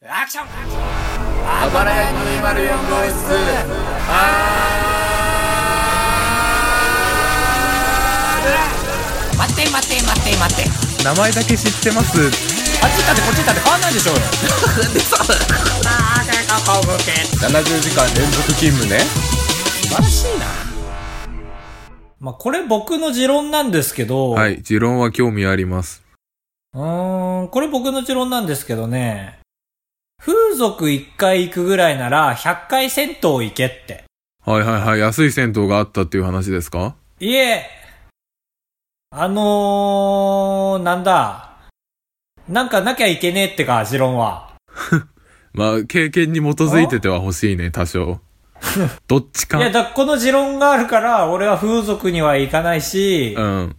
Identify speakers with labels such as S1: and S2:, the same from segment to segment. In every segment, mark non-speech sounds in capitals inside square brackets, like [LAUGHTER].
S1: アクション
S2: あばらや204号室
S1: 待って待って待って待って
S3: 名前だけ知ってます
S1: あっち行ったってこっち行ったって変わんないでしょうよあー結構向け
S3: 70時間連続勤務ね
S1: 素晴らしいなまあこれ僕の持論なんですけど、
S3: はい持論は興味あります
S1: うーん、これ僕の持論なんですけどね。風俗1回行くぐらいなら100回銭湯行けって。
S3: はいはいはい安い銭湯があったっていう話ですか
S1: いえ、あのー、なんだ。なんかなきゃいけねえってか、持論は。
S3: まあ経験に基づいてては欲 [LAUGHS] しいね多少どっち
S1: い
S3: か
S1: や、だ、この持論があるから、俺は風俗には行かないし、
S3: うん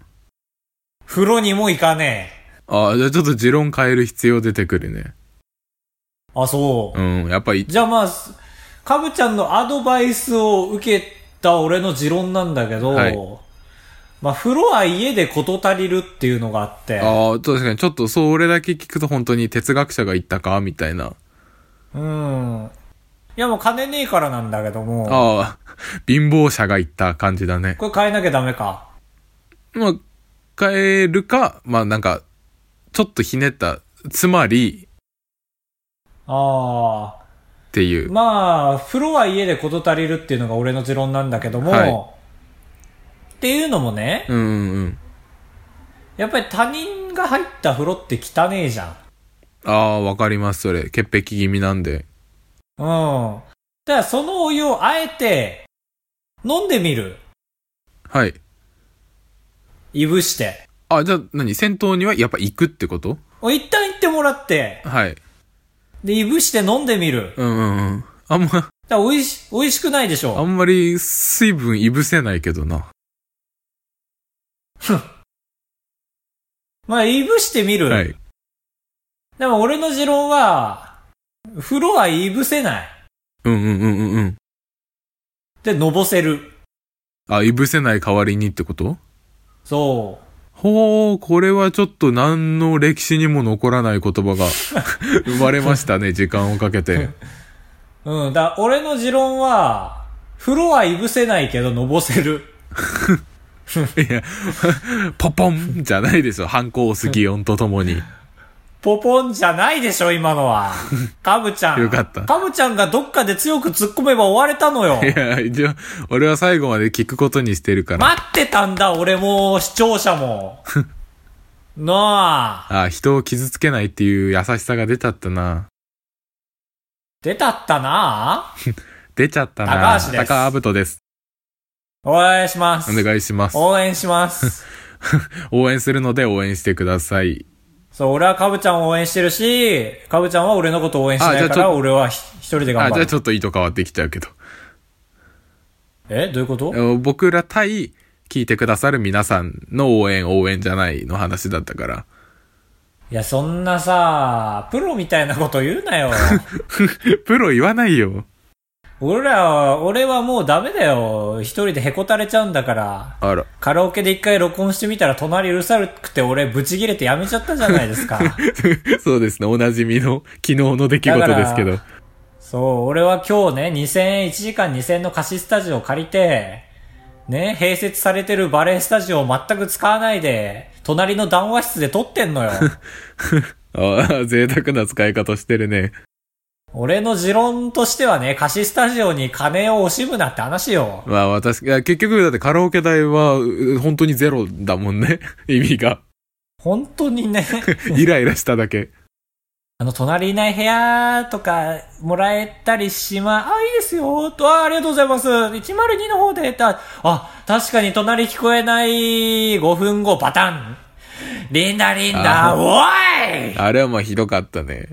S1: 風呂にも行かねえ。
S3: ああじゃあちょっと持論変える必要出てくるね
S1: あ、そう。
S3: うんやっぱり
S1: じゃあまあ、すかぶちゃんのアドバイスを受けた俺の持論なんだけど、
S3: はい
S1: まあ、風呂は家で事足りるっていうのがあって、
S3: ああ確かにちょっとそれだけ聞くと本当に哲学者が言ったかみたいな
S1: うん。いやもう金ねえからなんだけども、
S3: ああ貧乏者が言った感じだね
S1: これ変えなきゃダメか。
S3: まあ、変えるか、まあなんか、ちょっとひねった、つまり
S1: ああ。
S3: っていう。
S1: まあ、風呂は家で事足りるっていうのが俺の持論なんだけども、
S3: はい
S1: っていうのもね、
S3: うんうんうん。
S1: やっぱり他人が入った風呂って汚ねえじゃん。
S3: ああ、わかります、それ。潔癖気味なんで。
S1: うん。だからそのお湯をあえて、飲んでみる。
S3: はい。
S1: いぶして。
S3: あ、じゃあ何戦闘にはやっぱ行くってこと
S1: お一旦行ってもらって、
S3: はい。
S1: で、いぶして飲んでみる。
S3: うんうんうん。あんま、
S1: だからおいし、おいしくないでし
S3: あ
S1: ょ。
S3: んまり水分いぶせないけどな。
S1: まあ、いぶしてみる。
S3: はい。
S1: でも俺の持論は、風呂はいぶせない。
S3: うんうんうんうんうん。
S1: で、のぼせる。
S3: あ、いぶせない代わりにってこと
S1: そ
S3: ほう、これはちょっと何の歴史にも残らない言葉が [LAUGHS] 生まれましたね、時間をかけて。
S1: う。うん。だから俺の持論は、風呂はいぶせないけど、のぼせる。
S3: いや、ポポンじゃないですよ。反抗押す擬音とともに。
S1: ポポンじゃないでしょ、今
S3: [LAUGHS]
S1: のは。カブちゃん。
S3: よかった
S1: カブちゃんがどっかで強く突っ込めば終われたのよ。
S3: いや、一応、俺は最後まで聞くことにしてるから。
S1: 待ってたんだ、俺も、視聴者も。
S3: [LAUGHS]
S1: なあ、
S3: あ、人を傷つけないっていう優しさが出ちゃったな。
S1: 出たったな
S3: 出ちゃったな。
S1: 高橋です
S3: 高アブトです。
S1: お願いします。
S3: お願いします。
S1: 応援
S3: [LAUGHS]
S1: します。
S3: 応援するので応援してください。
S1: そう、俺はカブちゃんを応援してるし、カブちゃんは俺のことを応援しない
S3: あじゃ
S1: か
S3: あちょ
S1: ら、俺はひ一人で
S3: あ、
S1: 頑張
S3: じゃあ
S1: る。
S3: ちょっと意図変わってきちゃうけど。
S1: えどういうこと
S3: え僕ら対、聞いてくださる皆さんの応援、応援じゃないの話だったから。 [LAUGHS]
S1: いや、そんなさ、プロみたいなこと言う
S3: [LAUGHS]
S1: なよ。
S3: プロ言わないよ。
S1: 俺らは、俺はもうダメだよ。一人でへこたれちゃうんだから。
S3: あら。
S1: カラオケで一回録音してみたら隣うるさくて俺ブチ切れてやめちゃったじゃないで
S3: [LAUGHS]
S1: すか。
S3: [LAUGHS] そうですね。おなじみの昨日の出来事ですけど
S1: だ。そう、俺は今日ね、2000円、1時間2000円の貸しスタジオを借りて、ね、併設されてるバレエスタジオを全く使わないで、隣の談話室で撮ってんのよ。
S3: あ [LAUGHS] あ、贅沢な使い方してるね。
S1: 俺の持論としてはね、貸しスタジオに金を惜しむなって話よ。
S3: まあ私、いや結局だってカラオケ代はう本当にゼロだもんね。 [LAUGHS] 意味が。
S1: 本当にね、
S3: イライラしただけ。
S1: あの、隣いない部屋とかもらえたりしま、あ、いいですよ、と、あ、ありがとうございます。102の方で、た、あ、確かに隣聞こえない5分後、バタン。リンダリンダ、
S3: あ
S1: おい
S3: あれはまあひどかったね。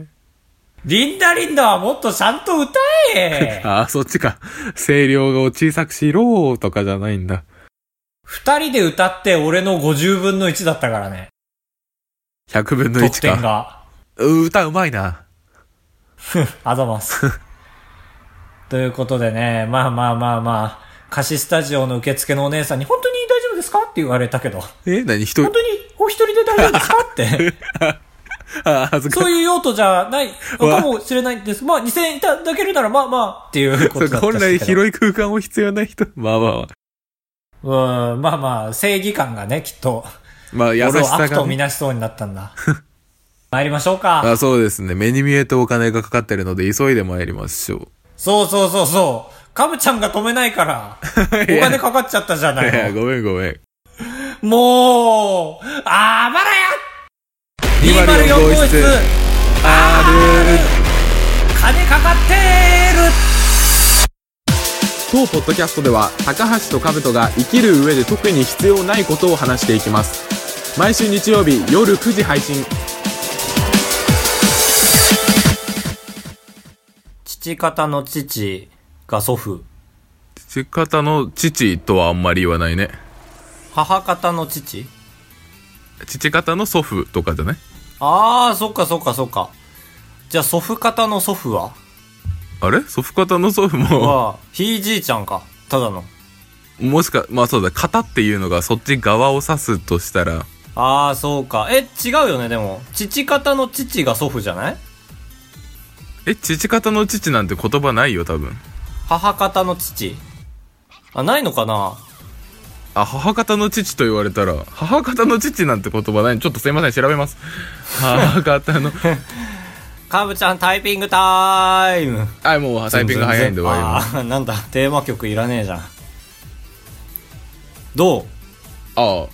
S1: リンダリンダはもっとちゃんと歌
S3: [LAUGHS]
S1: え
S3: ああ、そっちか。声量を小さくしろとかじゃないんだ。
S1: 二人で歌って俺の50分の1だったからね。
S3: 100分の
S1: 得
S3: 1
S1: 点
S3: か。
S1: が。 [LAUGHS]
S3: う歌うまいな。
S1: あざます。
S3: [LAUGHS]
S1: ということでね、まあまあまあまあ、貸しスタジオの受付のお姉さんに、本当に大丈夫ですかって言われたけど。
S3: え何人 [LAUGHS]
S1: 本当にお一人で大丈夫ですかって。
S3: あ恥ずかしい
S1: そういう用途じゃないのかもしれないんです。まあ、2000円いただけるなら、まあまあ、っていうことだった
S3: そ
S1: ん
S3: う本来
S1: ですけど
S3: 広い空間を必要ない人。まあまあまあ。
S1: うん、まあまあ、正義感がね、きっと、
S3: まあ優し
S1: 俺を
S3: さ
S1: 悪と
S3: が、
S1: み
S3: ね。
S1: なしそうになったんだ。参りましょうか。
S3: あそうですね。目に見えてお金がかかってるので、急いで参りましょ
S1: そうそうそうそう。カムちゃんが止めないから、お
S3: [LAUGHS] いや
S1: 金かかっちゃったじゃ
S3: う。い
S1: ない
S3: や、
S1: の。
S3: [LAUGHS] ごめんごめん。
S1: もう、あばらや
S3: 204
S1: !204
S3: 号
S1: 号
S3: 室
S1: 室、
S3: あ
S1: 金かかってる
S4: 当ポッドキャストでは高橋と兜が生きる上で特に必要ないことを話していきます毎週日曜日夜9時配信
S1: 父方の父が祖父、
S3: 父方の父とはあんまり言わないね。
S1: 母方の父
S3: 父方の祖父とかじゃない
S1: ああ、そっかそっかそっか。じゃあ祖父方の祖父は
S3: あれ祖父方の祖父も、
S1: は、ひいじいちゃんか。ただの。
S3: もしか、まあそうだ、型っていうのがそっち側を指すとしたら、
S1: ああ、そうか。え、違うよね、でも。父方の父が祖父じゃない
S3: え、父方の父なんて言葉ないよ、多分。
S1: 母方の父。あ、ないのかな
S3: あ、母方の父と言われたら、母方の父なんて言葉ない。ちょっとすいません、調べます。母方の、
S1: カブちゃんタイピングタイム。
S3: あ、もうタイピング早いんで終わり
S1: あ
S3: ま
S1: あ
S3: す。
S1: ー、なんだ、テーマ曲いらねえじゃん。どう
S3: あ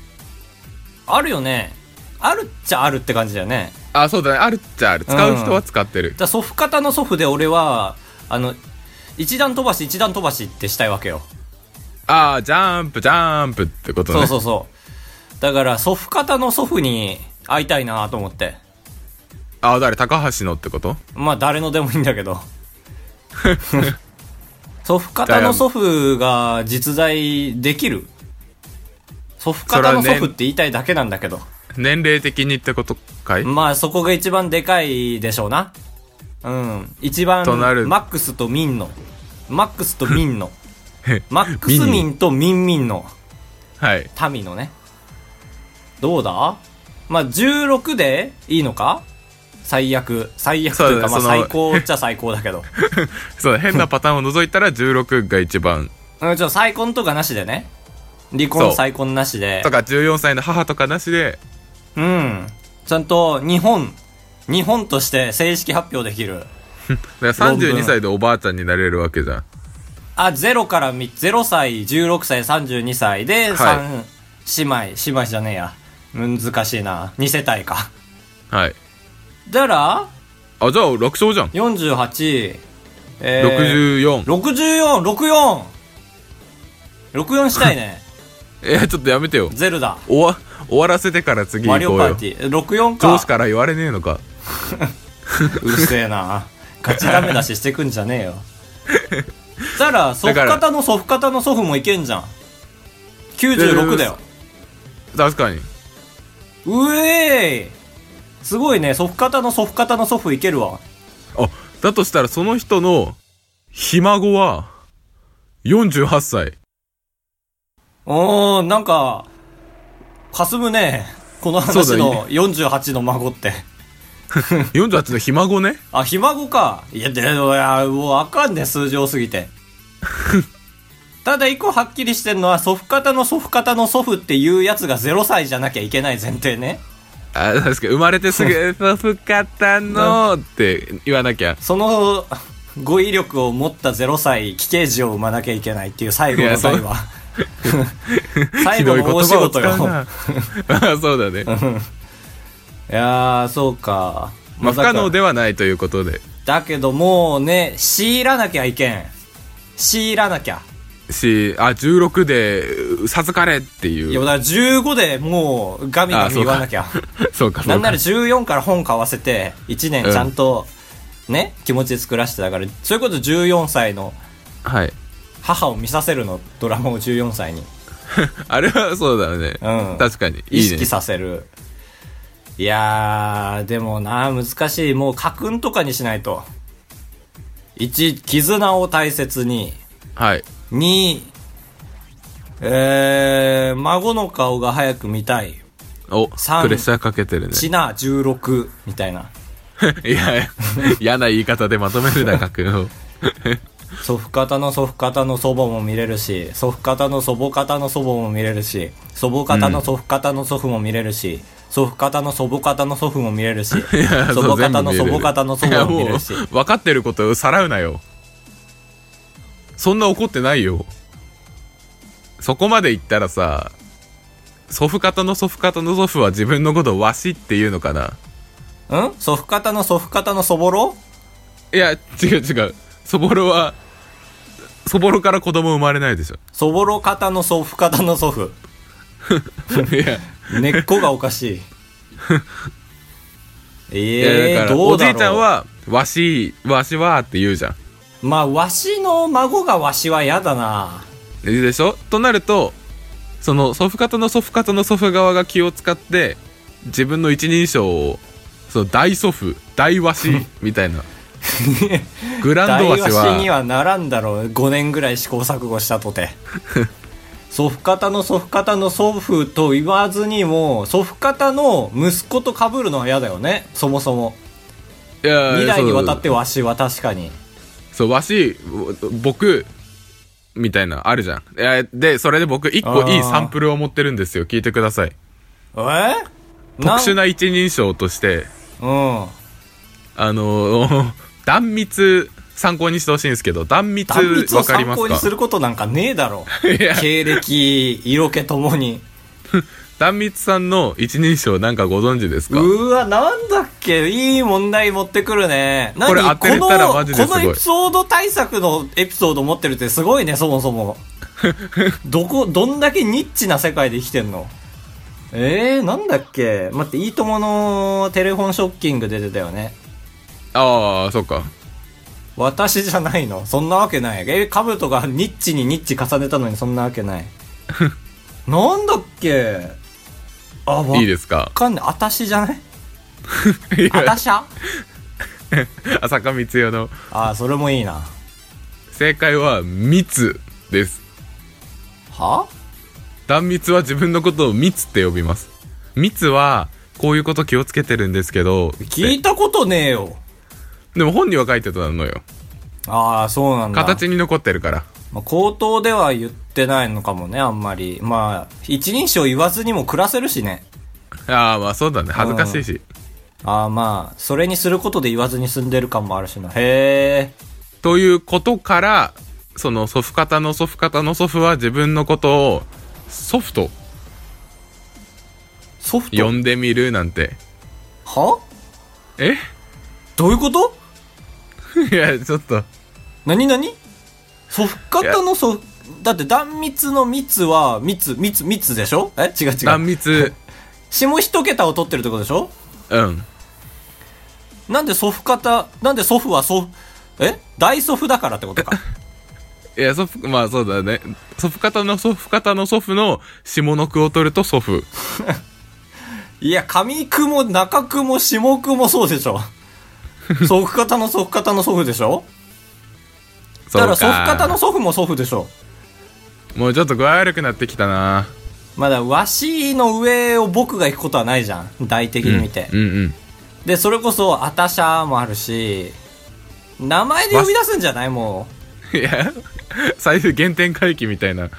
S1: あるよね。あるっちゃあるって感じだよね。
S3: あ。あ、そうだね。あるっちゃある。使う人は使ってる。
S1: じゃあ祖父方の祖父で俺は、あの、一段飛ばし一段飛ばしってしたいわけよ。
S3: ああ、ジャンプ、ジャンプってことね。
S1: そうそうそう。だから祖父方の祖父に会いたいなと思って。
S3: ああ、誰高橋のってこと
S1: まあ誰のでもいいんだけ [LAUGHS] ど。祖父方の祖父が実在できる祖父方の
S3: それは
S1: 祖
S3: ね
S1: 父って言いたいだけなんだけど。
S3: 年齢的にってことかい
S1: まあそこが一番でかいでしょうな。うん。一番、
S3: となる
S1: マックスとミンの。マックスとミン
S3: [LAUGHS]
S1: の。マックスミンとミンミンの。
S3: はい。
S1: 民のね。どうだまあ、16でいいのか最悪。最悪というか、ま
S3: そ
S1: あ、
S3: うだね
S1: 最高っちゃ最高だ
S3: [LAUGHS]
S1: けど。
S3: そう、変なパターンを除いたら16が一
S1: [LAUGHS]
S3: 番。
S1: うん、ちょ、再婚とかなしでね。離婚
S3: そう
S1: 再婚なしで
S3: と。か14歳の母とかなしで、
S1: うん。ちゃんと、日本、日本として正式発表できる。
S3: だから32歳でおばあちゃんになれるわけじゃん。
S1: あ、0からみ0歳、16歳、32歳で、
S3: い
S1: 三姉妹、姉妹じゃねえや。難しいな。2世帯か。
S3: はい。
S1: だから、
S3: あ、じゃあ楽勝じゃん。
S1: 48、えー、
S3: 64。
S1: 64、64! 64した
S3: [LAUGHS]
S1: いね。
S3: えー、ちょっとやめて
S1: [LAUGHS]
S3: よ。
S1: ゼルダ。
S3: 終わ、終わらせてから次
S1: マ
S3: 行
S1: リオ
S3: こう
S1: パー
S3: よ。
S1: ティー。え64か。
S3: 上司から言われねえのか。
S1: うるせえな。ガチダメ出ししてくんじゃね
S3: [LAUGHS]
S1: えよ。したら、祖父方の祖父方の祖父もいけんじゃん。96だよ。
S3: 確かに。
S1: うえいすごいね、祖父方の祖父方の祖父いけるわ。
S3: あ、だとしたらその人の、ひ孫は、48歳。
S1: おー、なんか、霞むね。この話
S3: そうだ
S1: の48の孫って。
S3: 48のひ孫
S1: [LAUGHS]
S3: ね。
S1: あ、ひ孫か。いや、でも、いや、もうわかんねえ、数字多すぎ
S3: [LAUGHS]
S1: て。ただ一個はっきりしてんのは、祖父方の祖父方の祖父っていうやつが0歳じゃなきゃいけない前提ね。
S3: あ、確かに。生まれてすぐ、祖父方の、 [LAUGHS] って言わなきゃ。
S1: その語彙力を持った0歳、既刑児を生まなきゃいけないっていう最後
S3: い
S1: の
S3: やそう
S1: 代は。 [LAUGHS]
S3: [LAUGHS]
S1: 最
S3: ひ
S1: 後
S3: どい
S1: の
S3: 言
S1: 大仕
S3: 葉を
S1: 事
S3: 使
S1: よ。
S3: うな。
S1: [LAUGHS]
S3: あそうだね。
S1: いやー、そうか。
S3: まあ、不
S1: さか
S3: 可能ではないということで。
S1: だけどもうね、強いらなきゃいけん。強いらなきゃ。
S3: し、あ、16で、授かれって
S1: い
S3: い
S1: や、
S3: う。
S1: だから15でもう、ガミガ
S3: あ
S1: ミ
S3: そうか
S1: 言わなきゃ。
S3: そうか、そうか。
S1: [LAUGHS] なんなら14から本買わせて、1年
S3: うん
S1: ちゃんと、ね、気持ち作らせてだから、それこそ14歳の
S3: はい。 [LAUGHS]
S1: 母を見させるの、ドラマを14歳に。
S3: あれはそうだね。
S1: うん
S3: 確かに。
S1: 意
S3: いいね
S1: 識。させる。いやー、でもな、難しい。もう、家訓とかにしないと。1、絆を大切に。
S3: はい。
S1: 2、えー、孫の顔が早く見たい。
S3: お、
S1: 三
S3: プレッシャーかけてるね。
S1: シナ16みたいな。
S3: [LAUGHS] いやいや、嫌な言い方でまとめる
S1: [LAUGHS]
S3: な、格を。
S1: 祖父方の祖父方の祖母も見れるし、祖父方の祖母方の祖母も見れるし、祖母方の祖父方の祖父も見れるし、祖父方の祖母方の祖父も見れるし、祖
S3: [LAUGHS] いや
S1: 母方の
S3: そ
S1: 祖
S3: う全部見れる
S1: 母方の祖母も見れるし
S3: いや、う分かってることをさらうなよそんな怒ってないよそこまで言ったらさ祖父方の祖父方の祖父は自分のことをわしっていうのかなん
S1: 祖父方の祖父方の祖母ろ
S3: いや違う違うそぼろはそぼろから子供生まれないで
S1: [LAUGHS]
S3: しょ
S1: 祖母ろ方の祖父方の祖父。
S3: いや
S1: 根っこがお
S3: [LAUGHS]
S1: かしい。
S3: いや
S1: ええ
S3: だ
S1: ー、
S3: から
S1: ど
S3: お
S1: うだ
S3: じ
S1: ろう
S3: いちゃんはわしわしはって言うじゃん
S1: まあ、わしの孫がわしは嫌だな。
S3: でしょとなるとその祖父方の祖父方の祖父側が気を使って自分の一人称をその大祖父大和紙みたい
S1: [LAUGHS]
S3: なグラン
S1: 大
S3: ド和
S1: 和
S3: 紙
S1: 紙に
S3: は
S1: はならんだろう5年ぐらい試行錯誤した
S3: [LAUGHS]
S1: とて祖父方の祖父方の祖父と言わずにも祖父方の息子と被るのは嫌だよねそもそも
S3: いや
S1: 2代にわたっててわしは確かに
S3: そう和紙僕みたいなあるじゃんいやでそれで僕一個いい
S1: あー
S3: サンプルを持ってるんですよ聞いてください
S1: えー、
S3: 特殊
S1: な
S3: な一人称として
S1: んうん
S3: あのー [LAUGHS] 断密参考にしてほしいんですけど断密
S1: 断密を
S3: わかり
S1: 参
S3: ます
S1: 考に
S3: か
S1: することなんかねえだろう
S3: [LAUGHS] いや
S1: 経歴色気ともに
S3: 壇蜜さんの一人称なんかご存知です
S1: う
S3: か
S1: ーわなんだっけいい問題持ってくるね何
S3: これ当てれたら
S1: この
S3: マジですごい
S1: このエピソード対策のエピソード持ってるってすごいねそもそも [LAUGHS] どこどんだけニッチな世界で生きてんのえー、なんだっけ待って、いいとものテレフォンショッキングで出てたよね。
S3: ああ、そっか。
S1: 私じゃないのそんなわけない。え、カブトがニッチにニッチ重ねたのにそんなわ
S3: [LAUGHS]
S1: けない。なんだっけあ、わ
S3: いいですか。
S1: かんない。あたしじゃない
S3: いや
S1: あ
S3: [LAUGHS]
S1: たしゃ
S3: 浅香光代の
S1: あー、それもいいな。
S3: 正解は密です。
S1: は
S3: 断密は自分のことを密って呼びます。密は、こういうこと気をつけてるんですけど、
S1: 聞いたことねえよ。
S3: でも本には書いてたのよ。
S1: ああ、そうなんだ。
S3: 形に残ってるから。
S1: まあ、口頭では言ってないのかもね、あんまり。まあ、一人称言わずにも暮らせるしね。
S3: ああ、まあそうだね。恥ずかしいし。
S1: ああ、まあ、それにすることで言わずに済んでる感もあるしな。へえ。
S3: ということから、その祖父方の祖父方の祖父は自分のことを、祖父と
S1: ソフト
S3: 呼んでみるなんて。
S1: は
S3: え [LAUGHS]
S1: どういうこと
S3: いや、ちょっと。
S1: 何何祖父方の祖父、だって断密の密は密、密、密でしょえ違う違
S3: 断
S1: う。
S3: 密、
S1: 下一桁を取ってるってことでしょ
S3: うん。
S1: なんで祖父方、なんで祖父は祖父、え大祖父だからってことか。
S3: いや、祖父、まあそうだね。祖父方の祖父方の祖父の下の句を取ると祖父。
S1: いや、上句も中句も下句もそうで
S3: [LAUGHS]
S1: しょ。祖父方の祖父方の祖父でしょ
S3: そ
S1: だ
S3: う
S1: から祖父方の祖父も祖父でしょ
S3: もうちょっと具合悪くなってきたな
S1: まだ、わしの上を僕が行くことはないじゃん。大的に見て。
S3: うんうん。
S1: で、それこそ、あたしゃもあるし、名前で呼び出すんじゃないも
S3: いや、最終原点回帰みたいな。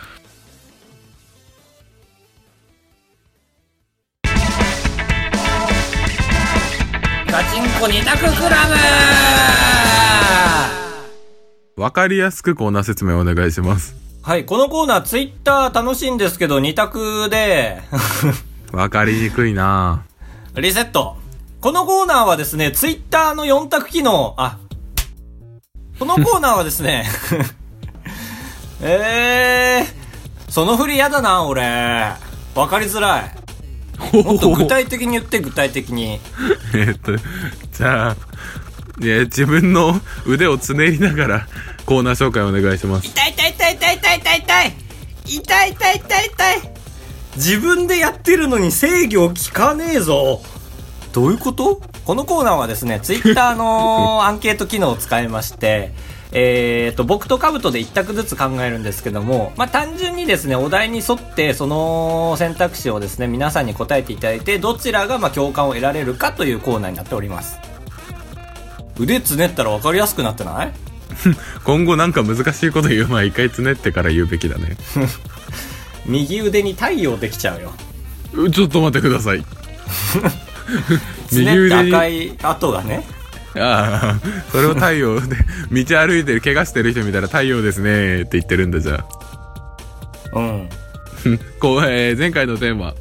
S2: ガチンコ二択クラブ
S3: わかりやすくコーナー説明お願いします。
S1: う。はい、このコーナー、ツイッター楽しいんですけど、二択で、
S3: わかりにくいな
S1: リセット。このコーナーはですね、ツイッターの4択機能、あ、このコーナーはですね、 [LAUGHS] えー、その振りやだな、俺。わかりづらい。もっと具体的に言って、具体的に。
S3: [LAUGHS] えっと、じゃあ、いや、自分の腕をつねりながらコーナー紹介お願いします。
S1: 痛い痛い痛い痛い痛い痛い痛い痛い痛い痛い痛い自分でやってるのに制御効かねえぞどういうことこのコーナーはですね、ツイッター [LAUGHS] のアンケート機能を使いまして、えー、と僕とカブトで1択ずつ考えるんですけども、まあ、単純にですねお題に沿ってその選択肢をですね皆さんに答えていただいてどちらがまあ共感を得られるかというコーナーになっております腕つねったら分かりやすくなってない
S3: 今後なんか難しいこと言う前一回つねってから言うべきだね
S1: 右腕に太陽できちゃうよ
S3: うちょっと待ってくださ
S1: [LAUGHS]
S3: い
S1: つねって赤い跡がね
S3: ああそれを太陽で [LAUGHS] 道歩いてる怪我してる人見たら太陽ですねって言ってるんだじゃあ
S1: うん [LAUGHS]
S3: こう、えー前回のテーマ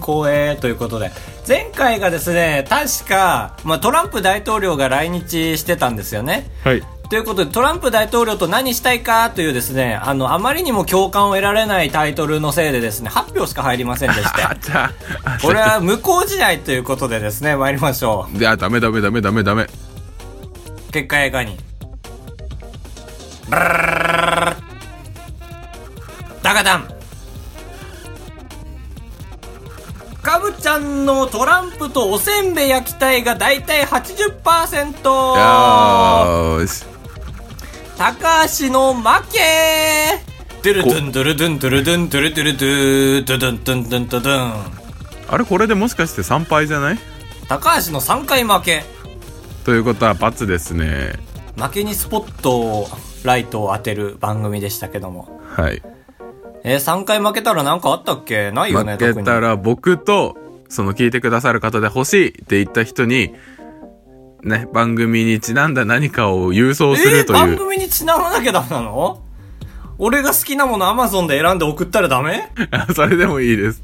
S1: 光栄ということで前回がですね確か、まあ、トランプ大統領が来日してたんですよね
S3: はい
S1: ということでトランプ大統領と何したいかというですねあのあまりにも共感を得られないタイトルのせいでですね8票しか入りません
S3: [LAUGHS]
S1: でして
S3: あちゃあ
S1: これは無効試合ということでですね参りましょ
S3: じゃあダメダメダメダメダメ
S1: う結果映画にダカダンカブちゃんのトランプとおせんべい焼きたいが大体80%
S3: よーし
S1: 高橋の負けドゥルドゥンドゥルドゥンドゥルドゥンドゥルドゥルドゥドゥドゥンドゥンドゥンドゥドゥン
S3: あれこれでもしかして参拝じゃない
S1: 高橋の3回負け
S3: ということは罰ですね
S1: 負けにスポットをライトを当てる番組でしたけども
S3: はい
S1: えー、3回負けたらなんかあったっけないよね
S3: 負けたら僕とその聞いてくださる方で欲しいって言った人にね番組にちなんだ何かを郵送
S1: 特
S3: す
S1: にえ
S3: る
S1: ー、
S3: とい
S1: 番
S3: う、
S1: 組にちなまなきゃダメなの俺が好きなものアマゾンで選んで送ったら
S3: [LAUGHS]
S1: ダメ
S3: それでもいいです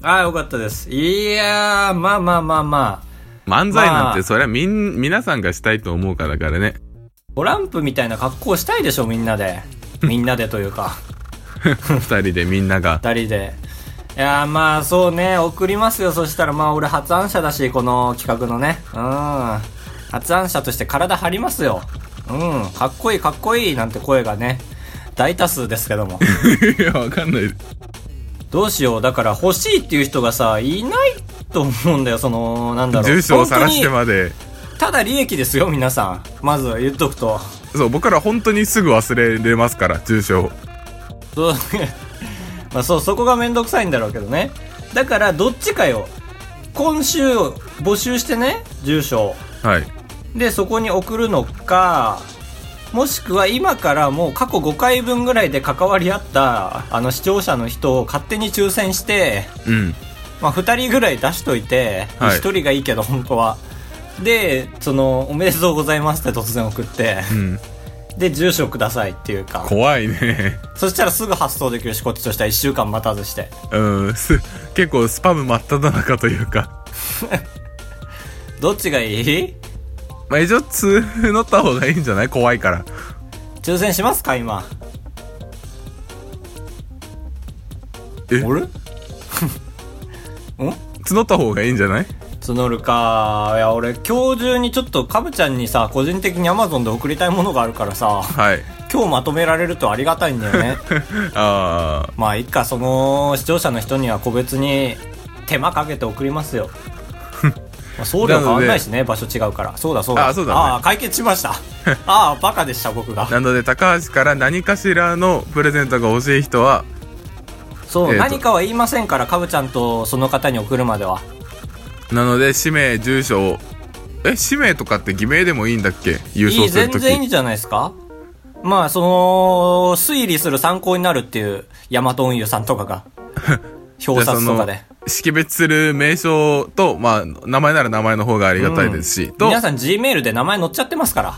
S1: ああよかったですいやーまあまあまあまあ
S3: 漫才な
S1: ま
S3: ん
S1: あ
S3: てそれはみん皆さんがしたいと思うからだから
S1: [LAUGHS]
S3: ね
S1: トランプみたいな格好したいでしょみん
S3: [LAUGHS]
S1: なでみんなでというか
S3: 二人でみんな
S1: [LAUGHS]
S3: が
S1: 二人でいやーまあそうね送りますよそしたらまあ俺発案者だしこの企画のねうん発案者として体張りますようんかっこいいかっこいいなんて声がね大多数ですけども
S3: いやわかんない
S1: どうしようだから欲しいっていう人がさいないと思うんだよそのなんだろう
S3: 住所を晒して
S1: 本
S3: まで
S1: 当にただ利益ですよ皆さんまず言っとくと
S3: そう僕ら本当にすぐ忘れれますから住所を
S1: そう [LAUGHS] まあそうそこがめんどくさいんだろうけどねだからどっちかよ今週募集してね住所を
S3: はい
S1: でそこに送るのかもしくは今からもう過去5回分ぐらいで関わり合ったあの視聴者の人を勝手に抽選して、
S3: うん
S1: まあ、2人ぐらい出しといて、
S3: はい
S1: 1人がいいけど本当はでその「おめでとうございます」って突然送って
S3: うん
S1: で住所くださいっていうか
S3: 怖いね [LAUGHS]
S1: そしたらすぐ発送できるしこっちとしては1週間待たずして
S3: うんす結構スパム真っ只中というか
S1: どっちがいい
S3: まあ一応通乗った方がいいんじゃない怖いから
S1: 抽選しますか今
S3: え
S1: [LAUGHS] あれん
S3: 募った方がいいんじゃない
S1: 募るかいや俺今日中にちょっとカブちゃんにさ個人的に Amazon で送りたいものがあるから
S3: [LAUGHS]
S1: さ
S3: はい
S1: 今日まとめられるとありがたいんだよね
S3: あ
S1: まあいっかその視聴者の人には個別に手間かけて送りま
S3: [LAUGHS]
S1: すよまあ送料変わんないしね場所違うからそうだそうだ
S3: あそうだね
S1: あ解決しました
S3: [LAUGHS]
S1: ああバカでした僕が
S3: ーなので高橋から何かしらのプレゼントが欲しい人は
S1: そう、
S3: えーと
S1: 何かは言いませんからカブちゃんとその方に送るまでは
S3: なので氏名住所をえ氏名とかって偽名でもいいんだっけ郵
S1: い
S3: 送
S1: い
S3: する
S1: 全
S3: とき
S1: 然いいじゃないですかまあその推理する参考になるっていうヤマト運輸さんとか
S3: [LAUGHS]
S1: が表札とかで
S3: 識別する名称と、まあ、名前なら名前の方がありがたいですし、と、[LAUGHS]
S1: 皆さん G メールで名前載っちゃってますから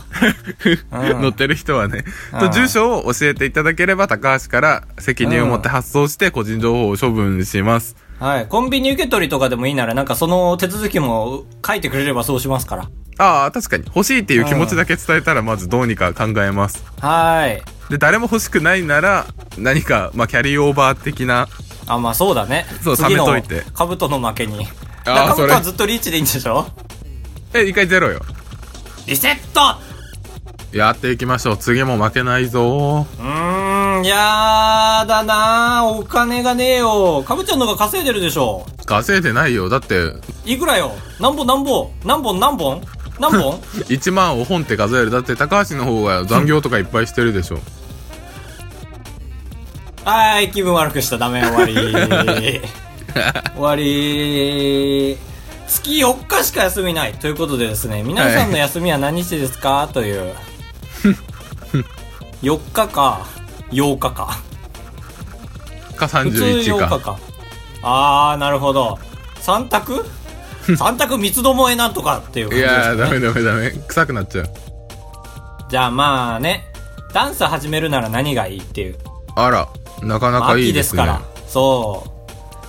S3: 載ってる人はね、
S1: う
S3: と
S1: ん
S3: 住所を教えていただければ高橋から責任を持って発送して個人情報を処分します。
S1: はいコンビニ受け取りとかでもいいならなんかその手続きも書いてくれればそうしますから
S3: ああ、確かに欲しいっていう気持ちだけ伝えたらまずどうにか考えます。
S1: はい
S3: で、誰も欲しくないなら何か、まあ、キャリーオーバー的な、
S1: あまあそうだね
S3: そう
S1: 次の
S3: 冷めといて
S1: カブトの負けに
S3: あー
S1: カブトは
S3: それ
S1: ずっとリーチでいいんでしょ
S3: え、一回ゼロよ。
S1: リセット
S3: やっていきましょう。次も負けないぞー
S1: うーん、やだなあお金がねえよ。かぶちゃんの方が稼いでるでしょ。
S3: 稼いでないよだって
S1: いくらよ何本何本何本何本何本
S3: 1万を本って数えるだって高橋の方が残業とかいっぱいしてるでしょ
S1: はーい、気分悪くした。ダメ、終わり。
S3: [LAUGHS]
S1: 終わり。月4日しか休みない。ということでですね、皆さんの休みは何日ですか
S3: [LAUGHS]
S1: という。4日か、8日か。
S3: か
S1: 普通
S3: 31
S1: 8日
S3: か
S1: か。あー、なるほど。三択
S3: [LAUGHS]
S1: 三択三つどもえなんとかっていう
S3: い
S1: 感じで
S3: や
S1: すか
S3: ー
S1: ね
S3: ダメダメダメ臭くなっちゃう
S1: じゃあまあね、ダンス始めるなら何がいいっていう。
S3: あらなかな
S1: まあ
S3: かい
S1: 秋
S3: い
S1: で
S3: ですすね
S1: から。そう。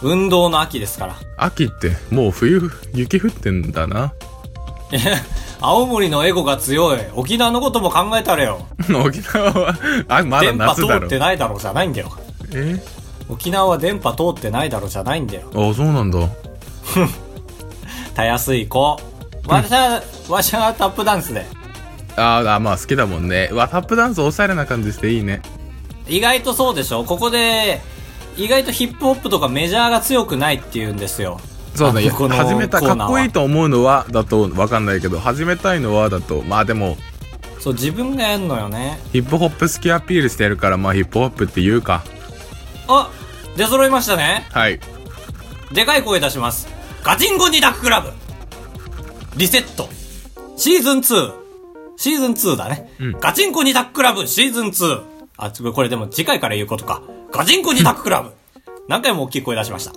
S1: 運動の秋ですから。
S3: 秋ってもう冬雪降ってんだな [LAUGHS]
S1: [LAUGHS] 青森のエゴが強い。沖縄のことも考えたらよ。
S3: 沖縄はあまだ
S1: 電波
S3: 夏だ
S1: 通
S3: ろ
S1: ってないだろうじゃないんだよ。
S3: え
S1: 沖縄は電波通ってないだろうじゃないんだよ。
S3: あそうなんだ
S1: たやすい子。わしゃ、わしゃタップダンスで。
S3: あーあまあ好きだもんねわタップダンスおしゃれな感じしていいね
S1: 意外とそうでしょここで、意外とヒップホップとかメジャーが強くないって言うんですよ。
S3: そうだね
S1: あここの
S3: 始めた
S1: コーナ
S3: か
S1: ーは
S3: っこいいと思うのはだとわかんないけど始めたいのはだとまあでも
S1: そう、自分がやんのよね。
S3: ヒップホップ好きアピールしてるからまあヒップホップって言うか
S1: あ、出揃いましたね。
S3: はい
S1: でかい声出します。ガチンコ二択クラブリセットシーズン 2! シーズン2だね。
S3: うん
S1: ガチンコ二択クラブシーズン 2! あ、ちょこれでも次回から言うことか。ガチンコ二択クラブ何回も大きい声出しました。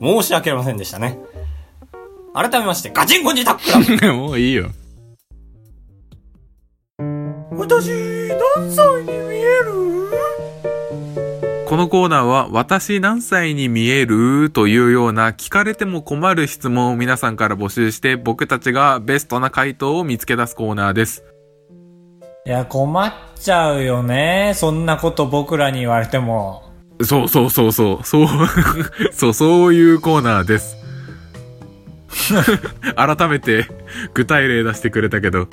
S1: 申し訳ありませんでしたね。改めまして、ガチンコ二択クラブ
S3: もういいよ
S5: 私、何歳に見える
S3: このコーナーは私何歳に見えるというような聞かれても困る質問を皆さんから募集して僕たちがベストな回答を見つけ出すコーナーです。
S5: いや、困っちゃうよね。そんなこと僕らに言われても。
S3: そうそうそうそう。そう、そう、そういうコーナーです。 [LAUGHS] 改めて具体例出してくれたけど。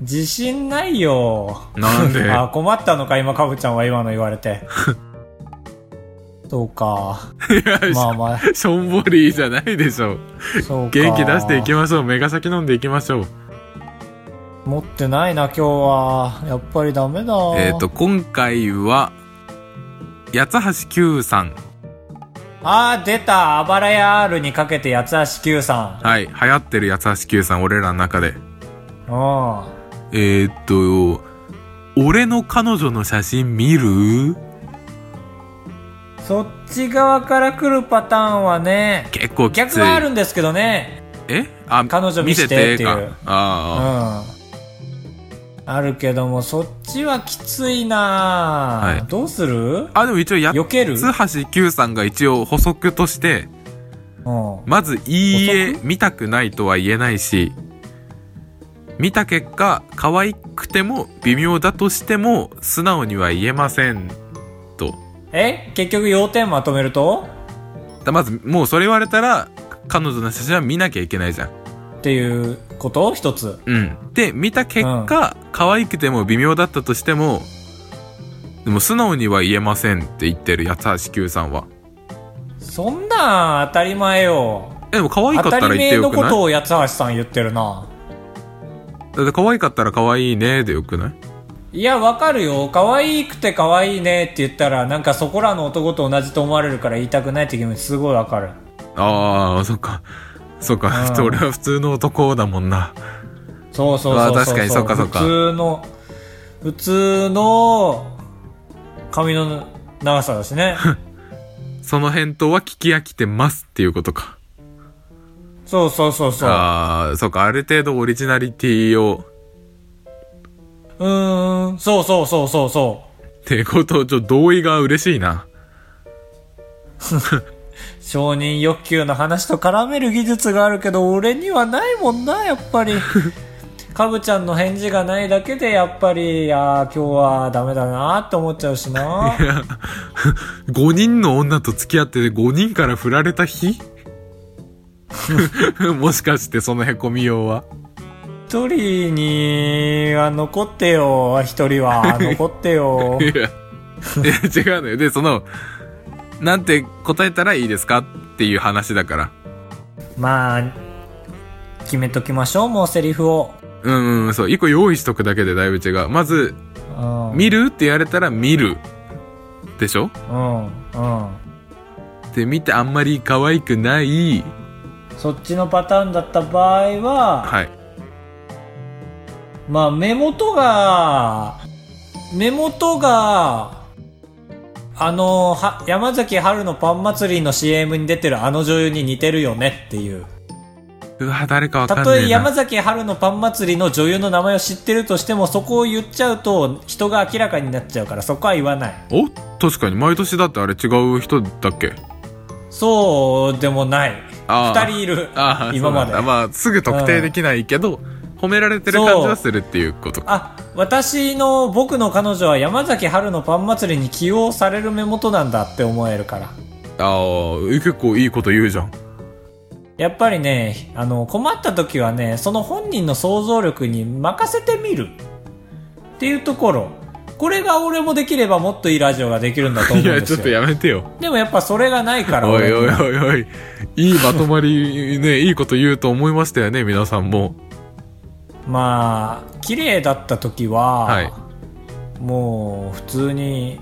S5: 自信ないよ。
S3: なん [LAUGHS] で
S5: あ、困ったのか、今、かぶちゃんは今の言わ
S3: [LAUGHS]
S5: れて。そうか。
S3: いや、
S5: まあまあ、
S3: しょんぼりじゃないでしょ。
S5: そうか。
S3: 元気出していきましょう。メガ先飲んでいきましょう。
S5: 持ってないな、今日は。やっぱりダメだ。
S3: えっ、と、。今回は、八橋九さん。
S5: あー、出た。あばらや R にかけて、八橋九さ
S3: はい。流行ってる八橋九さん、俺らの中で。
S5: ん。うん。
S3: えー、っと、俺の彼女の写真見る
S5: そっち側から来るパターンはね、
S3: 結構きつい。
S5: 逆はあるんですけどね。
S3: えあ、
S5: 彼女見せてって
S3: 見せ
S5: いう
S3: か
S5: うん。
S3: あ
S5: あるけども、そっちはきついな、
S3: はい
S5: どうする
S3: あ。あ、でも一応、や
S5: 避ける
S3: つ橋九さんが一応補足として、
S5: うん。
S3: まず、いいえ
S5: 補、
S3: 見たくないとは言えないし、見た結果、可愛くても、微妙だとしても、素直には言えません。と。
S5: え結局要点まとめると
S3: だまず、もうそれ言われたら、彼女の写真は見なきゃいけないじゃん。
S5: っていうこと一つ。
S3: うん。で、見た結果、可愛くても微妙だったとしても、でも素直には言えませんって言ってる八橋九さんは。
S5: そんなん当たり前よ。
S3: え、でも可愛か
S5: 当
S3: った
S5: た
S3: ら
S5: り
S3: 言ってよ
S5: 前の
S3: く
S5: こ
S3: ない
S5: とを八橋さん言ってるな。
S3: だって可愛かったら可愛いねでよくない
S5: いや、わかるよ。可愛くて可愛いねって言ったら、なんかそこらの男と同じと思われるから言いたくないって気持ちすごいわかる。
S3: ああ、そっか。そっか。
S5: うん
S3: 普通俺は普通の男だもんな。
S5: そうそう
S3: あ
S5: そう
S3: ー
S5: そう
S3: 確かにそっかそっか
S5: 普通の、普通の、髪の長さだ
S3: [LAUGHS]
S5: しね。
S3: その返答は聞き飽きてますっていうことか。
S5: そうそうそうそう。
S3: ああ、そっか。ある程度オリジナリティを、
S5: うーん、そうそうそうそうそう。
S3: ってこと、ちょ、同意が嬉しいな。
S5: 承認欲求の話と絡める技術があるけど、俺にはないもんな、やっ
S3: [LAUGHS]
S5: ぱり。かぶちゃんの返事がないだけで、やっぱり、いやー今日はダメだなーって思っちゃうしな。
S3: 5人の女と付き合ってて5人から振られた日
S5: [LAUGHS]
S3: もしかしてそのへこみようは
S5: 一人には残ってよ、一人は残ってよ
S3: い。やいや違うのよでそのなんて答えたらいいですかっていう話だから
S5: まあ、決めときましょう、もうセリフを。
S3: うんうん、そう。一個用意しとくだけでだいぶ違う。まず、
S5: うん。
S3: 見るって言われたら見る。でしょ
S5: うん。うん。
S3: で、見てあんまり可愛くない。
S5: そっちのパターンだった場合は、
S3: はい。
S5: まあ、目元が、目元が、あの、は山崎春のパン祭りの CM に出てるあの女優に似てるよねっていう。
S3: うわ、誰かわか
S5: た
S3: ん
S5: と
S3: な
S5: え
S3: い
S5: 山
S3: な。
S5: 崎春のパン祭りの女優の名前を知ってるとしても、そこを言っちゃうと人が明らかになっちゃうから、そこは言わない。
S3: お確かに、毎年だってあれ違う人だっけ
S5: そうでもない。
S3: あー
S5: 二人いる
S3: ああ、。
S5: 今ま
S3: そう
S5: で
S3: なんだ。まあ、すぐ特定できないけど、褒められてる感じはするっていうことか。
S5: あ、私の僕の彼女は山崎春のパン祭りに起用される目元なんだって思えるから。
S3: ああ、結構いいこと言うじゃん。
S5: やっぱりね、あの、困った時はね、その本人の想像力に任せてみる。っていうところ。これが俺もできればもっといいラジオができるんだと思う
S3: い
S5: んです
S3: や、ち
S5: よ。
S3: ょっとやめてよ。
S5: でもやっぱそれがないから
S3: お
S5: 俺
S3: い
S5: には
S3: おいおいおい、いいまとまり、ね、 [LAUGHS] いいこと言うと思いましたよね、皆さんも。
S5: まあ、綺麗だった時は、
S3: はい
S5: もう普通に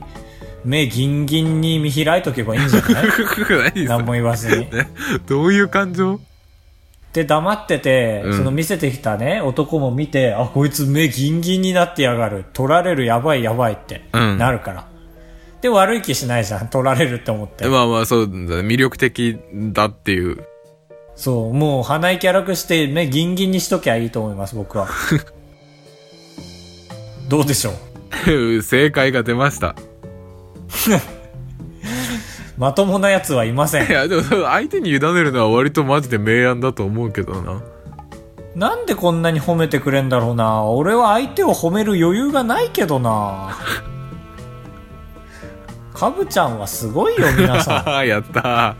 S5: 目ギンギンに見開いとけばいいんじゃない
S3: 何そ
S5: [LAUGHS] 何も言わずに。
S3: れどういう感情
S5: で、黙ってて、
S3: うん
S5: その見せてきたね、男も見て、あ、こいつ目ギンギンになってやがる。取られる、やばい、やばいって、
S3: うん
S5: なるから。で、悪い気しないじゃん。取られるって思って。
S3: まあまあ、そうだね、魅力的だっていう。
S5: そう、もう鼻息荒くして目ギンギンにしときゃいいと思います、
S3: [LAUGHS]
S5: 僕は。どうでしょう
S3: [LAUGHS] 正解が出ました。
S5: まともな奴はいませ
S3: い
S5: ん。
S3: や、でも、相手に委ねるのは割とマジで明暗だと思うけどな。
S5: なんでこんなに褒めてくれんだろうな。俺は相手を褒める余裕がないけ
S3: [LAUGHS]
S5: どな。かぶちゃんはすごいよ、皆さん。
S3: ああ、 [LAUGHS] やった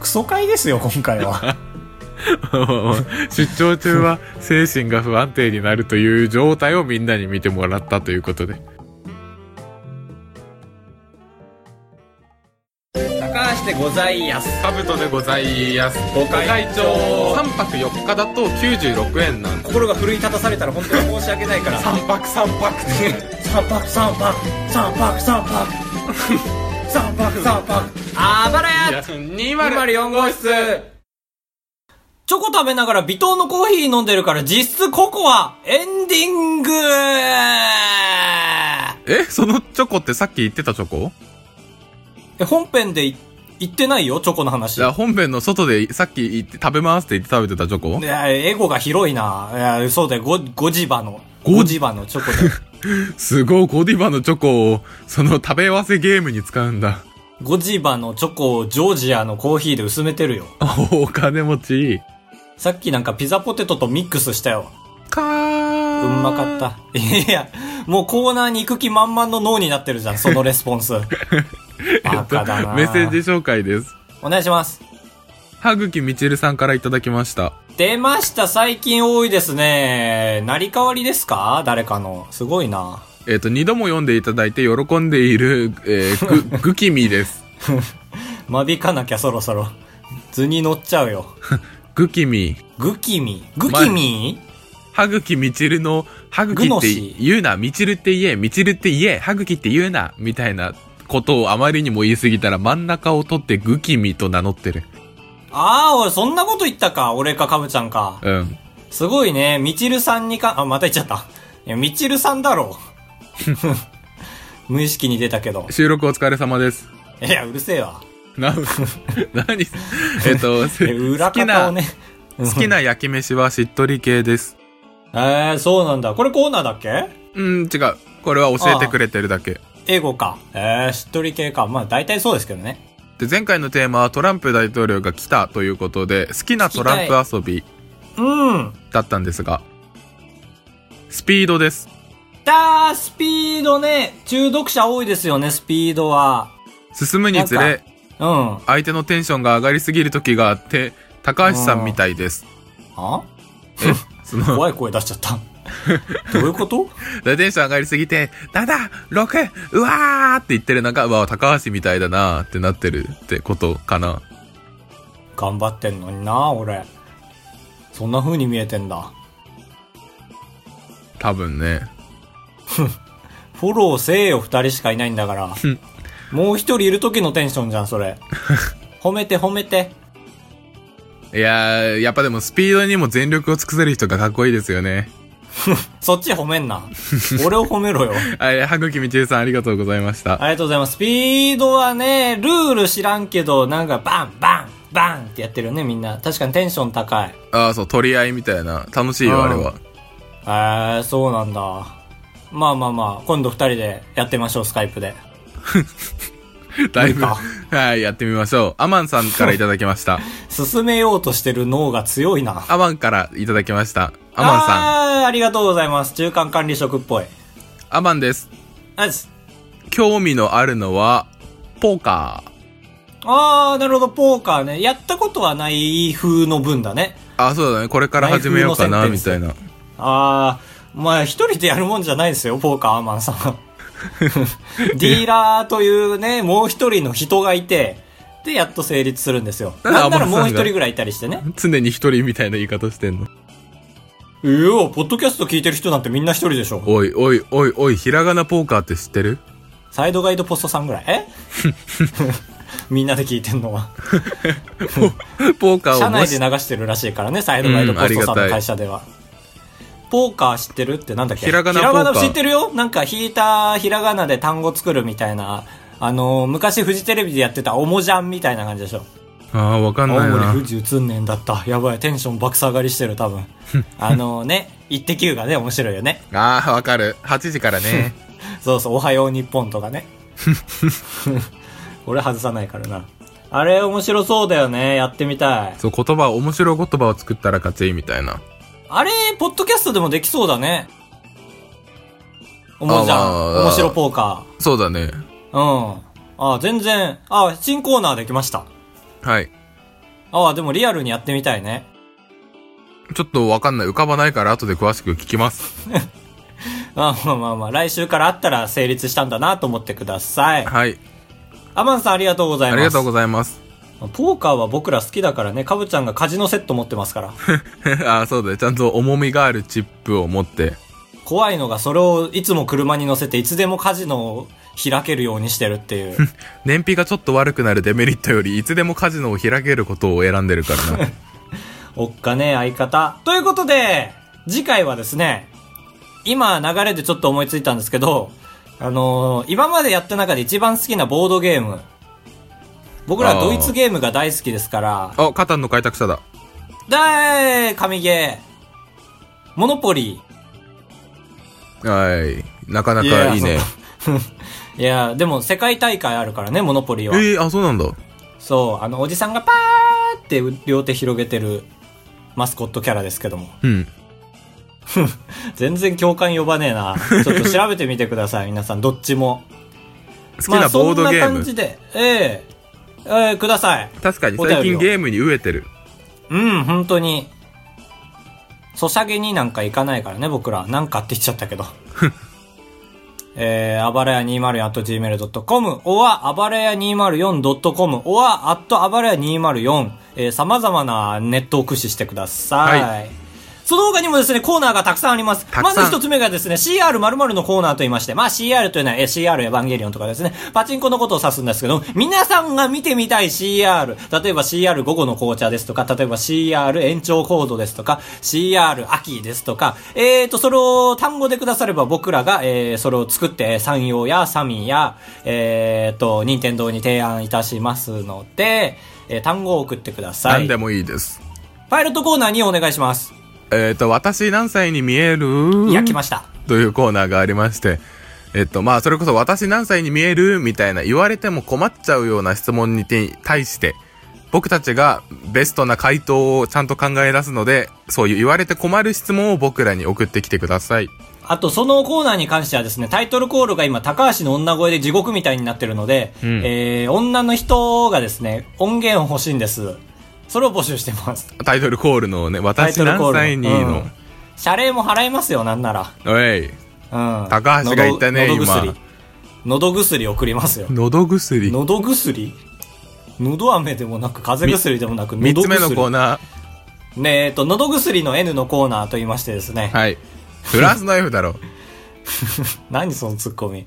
S5: クソ会ですよ、今回は。
S3: ー。出張中は精神が不安定になるという状態をみんなに見てもらったということで。
S1: 高橋でございやす。
S6: カブトでございやす。ご
S1: 会長
S6: 3泊4日だと96円なんで
S1: 心が奮い立たされたら本当に申し訳ないから。三泊三泊。 [LAUGHS] 三泊三泊。三泊三泊。
S5: [LAUGHS]
S1: 三泊三泊。あばらや
S6: す。2
S1: 204号室チョコ食べながら微糖のコーヒー飲んでるから実質ココアエンディング
S3: えそのチョコってさっき言ってたチョコ
S1: え本編でい言ってないよチョコの話。
S3: いや、本編の外でさっき言って食べますって言って食べてたチョコ
S1: いやエゴが広いな。いやそうだよ、ごゴジバの。
S3: ゴ
S1: ゴジバのチョコだよ。
S3: [LAUGHS] すごい、ゴディバのチョコを、その食べ合わせゲームに使うんだ。
S1: ゴジバのチョコをジョージアのコーヒーで薄めてるよ。
S3: [LAUGHS] お金持ち。
S1: さっきなんかピザポテトとミックスしたよ。
S3: か
S1: う
S3: ー
S1: んまかった。いや、もうコーナーに行く気満々の脳になってるじゃん、そのレス
S3: [LAUGHS]
S1: ポンス。バカだな。
S3: メッセージ紹介です。
S1: お願いします。
S3: はぐきみちるさんからいただきました。
S1: 出ました、最近多いですね。成り代わりですか誰かの。すごいな。
S3: えっ、と、二度も読んでいただいて喜んでいる、えー、 [LAUGHS] ぐ、ぐきみです。
S1: 間引かなきゃそろそろ。図に乗っちゃうよ。
S3: ぐきみ。
S1: グキミ。グキミ
S3: はぐきみちるの、はぐき
S1: ぐの
S3: って
S1: し
S3: 言うな、みちるって言え、みちるって言え、はぐきって言うな、みたいなことをあまりにも言いすぎたら真ん中を取ってぐきみと名乗ってる。
S1: あー、俺、そんなこと言ったか。俺か、かぶちゃんか。
S3: うん。
S1: すごいね。みちるさんにか、あ、また言っちゃった。いや、みちるさんだろ [LAUGHS] う。無意識に出たけど。
S3: 収録お疲れ様です。
S1: いや、うるせえわ。
S3: な、 [LAUGHS] 何えっ
S1: [LAUGHS]
S3: と、
S1: え裏
S3: 好き
S1: 方
S3: な、
S1: をね。
S3: 好きな焼き飯はしっとり系です。
S1: えー、そうなんだ。これコーナーだっけ
S3: うん、違う。これは教えてくれてるだけ。
S1: 英語か。えー、しっとり系か。まあ、大体そうですけどね。
S3: で、前回のテーマはトランプ大統領が来たということで、好きなトランプ遊び
S1: うん。
S3: だったんですが、スピードです。
S1: だー、スピードね。中毒者多いですよね、スピードは。
S3: 進むにつ
S1: なん
S3: れ、
S1: うん。あ
S3: 相手のテンションが上がりすぎる時があって、高橋さんみたいです。
S1: [LAUGHS]
S3: その、
S1: 怖い声出しちゃった。どういうこと
S3: でテンション上がりすぎて、7、6、うわーって言ってる中、うわ、高橋みたいだなーってなってるってことかな。
S1: 頑張ってんのにな、俺。そんな風に見えてんだ。
S3: 多分ね。
S1: フォローせえよ、二人しかいないんだから。もう一人いる時のテンションじゃん、それ。褒めて褒めて。
S3: いやー、やっぱでもスピードにも全力を尽くせる人がかっこいいですよね。
S1: そっち褒めんな。俺を褒めろよ。
S3: はい、はぐきみちるさんありがとうございました。
S1: ありがとうございます。スピードはね、ルール知らんけど、なんかバンバンバンってやってるよね、みんな。確かにテンション高い。
S3: ああ、そう、取り合いみたいな。楽しいよ、
S1: うん
S3: あれは。
S1: えー、そうなんだ。まあまあまあ、今度二人でやってみましょう、スカイプで。
S3: だいぶ、
S1: なん
S3: はい、やってみましょう。アマンさんからいただきました。
S1: 進めようとしてる脳が強いな。
S3: アマンからいただきました。アマンさん。
S1: ん。ありがとうございます。中間管理職っぽい。
S3: アマンです。
S1: あです
S3: 興味のあるのは、ポーカー。
S1: あー、なるほど、ポーカーね。やったことはない風の分だね。
S3: あ、そうだね。これから始めようかな、
S1: ナイ
S3: み
S1: フ
S3: た
S1: のセ
S3: い
S1: ンテ
S3: な。
S1: あー、まあ一人でやるもんじゃないですよ、ポーカーアーマンさん。ディーラーというね、もう一人の人がいて、で、やっと成立するんですよ。
S3: なんで
S1: なんなら
S3: アーマ
S1: も
S3: ンさん
S1: う一
S3: が
S1: 人ぐらいいたりしてね。
S3: 常に一人みたいな言い方してんの。
S1: いや、ポッドキャスト聞いてる人なんてみんな一人でしょ。
S3: おい、おい、おい、おい、ひらがなポーカーって知ってる
S1: サイドガイドポストさんぐらい。
S3: [LAUGHS]
S1: えみんなで聞いてんのは。
S3: ポーカー
S1: 社
S3: をも
S1: 内で流
S3: し、
S1: してるらしいからね、サイドガイドポストさんの会社では。ポーカー知ってるってなんだっけ
S3: ひらがなポーカー
S1: ひらがな知ってるよなんか引いたひらがなで単語作るみたいな。あのー昔フジテレビでやってたおもじゃんみたいな感じでしょ。
S3: ああー、わかん
S1: 青
S3: ない
S1: 森
S3: な。
S1: 富士映んねんだった。やばい、テンション爆下がりしてる、多分。あのね、 [LAUGHS] イッテ Q がね、面白いよね。
S3: ああ、わかる。8時からね。
S1: そうそう、おはよう日本とか
S3: [LAUGHS]
S1: ね。俺外さないからな。あれ面白そうだよね。やってみたい。
S3: そう、言葉、面白い言葉を作ったら勝ち、みたいな。
S1: あれ、ポッドキャストでもできそうだね。おもじゃ
S3: あまあ
S1: ん。面白ポーカ
S3: そうだね。
S1: ー。うん。ああ、全然。ああ、新コーナーできました。
S3: はい。
S1: ああ、でもリアルにやってみたいね。
S3: ちょっとわかんない。浮かばないから後で詳しく聞きます。
S1: ああ、まあまあまあ、来週からあったら成立したんだなと思ってください。
S3: はい。
S1: アマンさんありがとうござい
S3: あ
S1: ます。
S3: りがとうございます。 [LAUGHS]
S1: ポーカーは僕ら好きだからね、カブちゃんがカジノセット持ってますから。
S3: ああ、そうだね。ちゃんと重みがあるチップを持って。
S1: 怖いのがそれをいつも車に乗せていつでもカジノを開けるようにしてるっていう。
S3: 燃費がちょっと悪くなるデメリットより、いつでもカジノを開けることを選んでるから
S1: [LAUGHS]
S3: な。
S1: おっかねえ相方。ということで、次回はですね、今流れでちょっと思いついたんですけど、あのー今までやった中で一番好きなボードゲーム。僕ら
S3: あー
S1: ドイツゲームが大好きですから、
S3: あ、カタンの開拓者だ。
S1: だーい神ゲー、モノポリ
S3: はい。なかないか
S1: や
S3: いいね。
S1: [LAUGHS] ー。いやー、でも世界大会あるからね、モノポリは。
S3: えー、あ、そうなんだ。
S1: そう、あの、おじさんがパーって両手広げてるマスコットキャラですけども。
S3: うん。
S1: 全然共感呼ばねえ
S3: [LAUGHS]
S1: な。ちょっと調べてみてください、皆さん、どっちも。
S3: 好きなボードゲー
S1: まあ、そんな感
S3: ム。
S1: じで、ええええください。
S3: 確かに
S1: お便りを
S3: 最近ゲームに飢えてる。
S1: うん、本当に。ソシャゲになんか行かないからね、僕ら。なんかって言っちゃった
S3: [LAUGHS]
S1: けど。えー、あばらや 204.gmail.com、おは、あばらや 204.com、おは、あっとあばらや204、えー、様々なネットを駆使してください。
S3: は
S1: その他にもですね、コーナーがたくさんあります。
S3: たく
S1: ま
S3: さ
S1: ず
S3: ん
S1: 一つ目がですね、CR○○ のコーナーと言いまして、まあ CR というのはえー CR エヴァンゲリオンとかですね、パチンコのことを指すんですけど、皆さんが見てみたい CR、例えば CR 午後の紅茶ですとか、例えば CR 延長コードですとか、CR 秋ですとか、えーと、それを単語でくだされば僕らが、えー、それを作って、えー山陽やサミンや、えーと、任天堂に提案いたしますので、えー単語を送ってください。
S3: 何でもいいです。
S1: パイロットコーナーにお願いします。
S3: えっ、と、私何歳に見える
S1: いや、来ました。
S3: というコーナーがありまして、えっと、まあ、それこそ私何歳に見えるみたいな言われても困っちゃうような質問にて対して、僕たちがベストな回答をちゃんと考え出すので、そういう言われて困る質問を僕らに送ってきてください。
S1: あと、そのコーナーに関してはですね、タイトルコールが今、高橋の女声で地獄みたいになってるので、
S3: ん
S1: えー、女の人がですね、音源を欲しいんです。それを募集してます。
S3: タイトルコールのね、
S1: タイ
S3: 私
S1: トルコ
S3: 何
S1: ール
S3: 歳にの、
S1: うん謝礼も払いますよ、なんなら。
S3: おい、
S1: うん。
S3: 高橋が言ったね
S1: 喉
S3: 今
S1: 喉薬。喉薬送りますよ。
S3: 喉薬。
S1: 喉薬喉飴でもなく、風邪薬でもなく、
S3: 三
S1: 喉
S3: つ目のコー
S1: 薬。
S3: ナ
S1: ねえっと、喉薬の N のコーナーと言いましてですね
S3: ー。。はい。フランスの F だろ。
S1: [LAUGHS] 何そのツッコミ。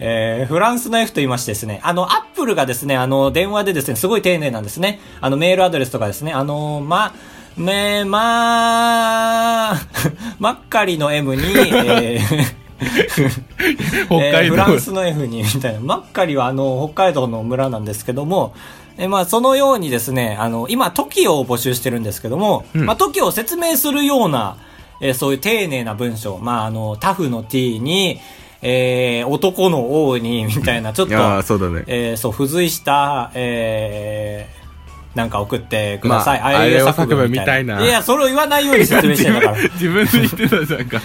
S1: えー、フランスの F と言いましてですね、あの、アップルがですね、あの、電話でですね、すごい丁寧なんですね。あの、メールアドレスとかですね、あの、ま、め、ま、 [LAUGHS] マッカリの M に、え
S3: [LAUGHS]
S1: ー、
S3: 北
S1: えー
S3: 海
S1: フ
S3: 道。
S1: ランスの F に、みたいな。マッカリはあの、北海道の村なんですけども、えーまあ、そのようにですね、あの、今、トキオを募集してるんですけども、まあ、トキオを説明するような、えーそういう丁寧な文章、まあ、あの、タフの T に、えー男の王に、みたいな、ちょっ
S3: いやー
S1: と、
S3: そうだね
S1: えーそう、付随した、えーなんか送ってください。
S3: まあ
S1: あいう
S3: あれを
S1: 作文
S3: 作文みたいない
S1: や、それを言わないように説明して
S3: 自 [LAUGHS]
S1: るんだから
S3: 分。、 [LAUGHS] 自分で言ってたじゃんか。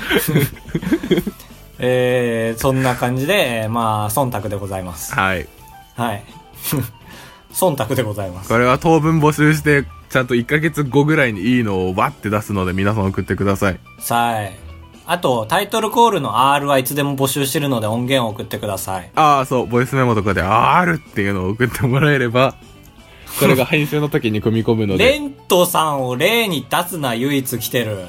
S1: えーそんな感じで、えーまあ、忖度でございま
S3: [LAUGHS]
S1: す。
S3: はい。
S1: はい。 [LAUGHS] 忖度でございます。
S3: これは当分募集して、ちゃんと1ヶ月後ぐらいにいいのをバッて出すので皆さん送ってください。
S1: さあ、あと、タイトルコールの R はいつでも募集してるので音源を送ってください。
S3: ああ、そう、ボイスメモとかで、ああるっていうのを送ってもらえれ [LAUGHS] ば、これが編集の時に組み込むの
S1: レ
S3: で、
S1: ントさんを例に出すな、唯一来てる。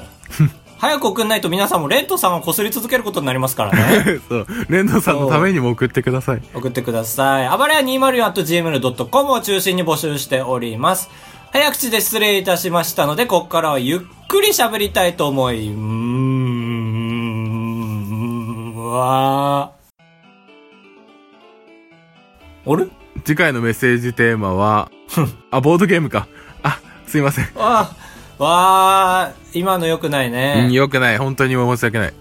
S1: 早く送んないと皆さんもレントさんを擦り続けることになりますからね。
S3: [LAUGHS] そう、レンドさんのためにも送ってください。
S1: 送ってください。あばれや 204.gmail.com を中心に募集しております。早口で失礼いたしましたので、ここからはゆっくり喋りたいと思い、うーん、うわーあれ
S3: 次回のメッセージテーマ [LAUGHS] は、あ、ボードゲームか。あ、すいません。
S1: わあ、わあ、今の良くない
S3: うん、
S1: ね。
S3: 良くない。本当に申し訳ない。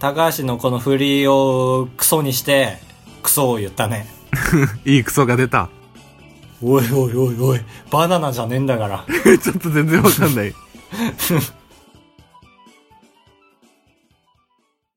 S1: 高橋のこの振りをクソにして、クソを言ったね。
S3: いいクソが出た。 [LAUGHS]
S1: おいおいおいおい、バナナじゃねえんだから。
S3: ちょっと全然わかんない。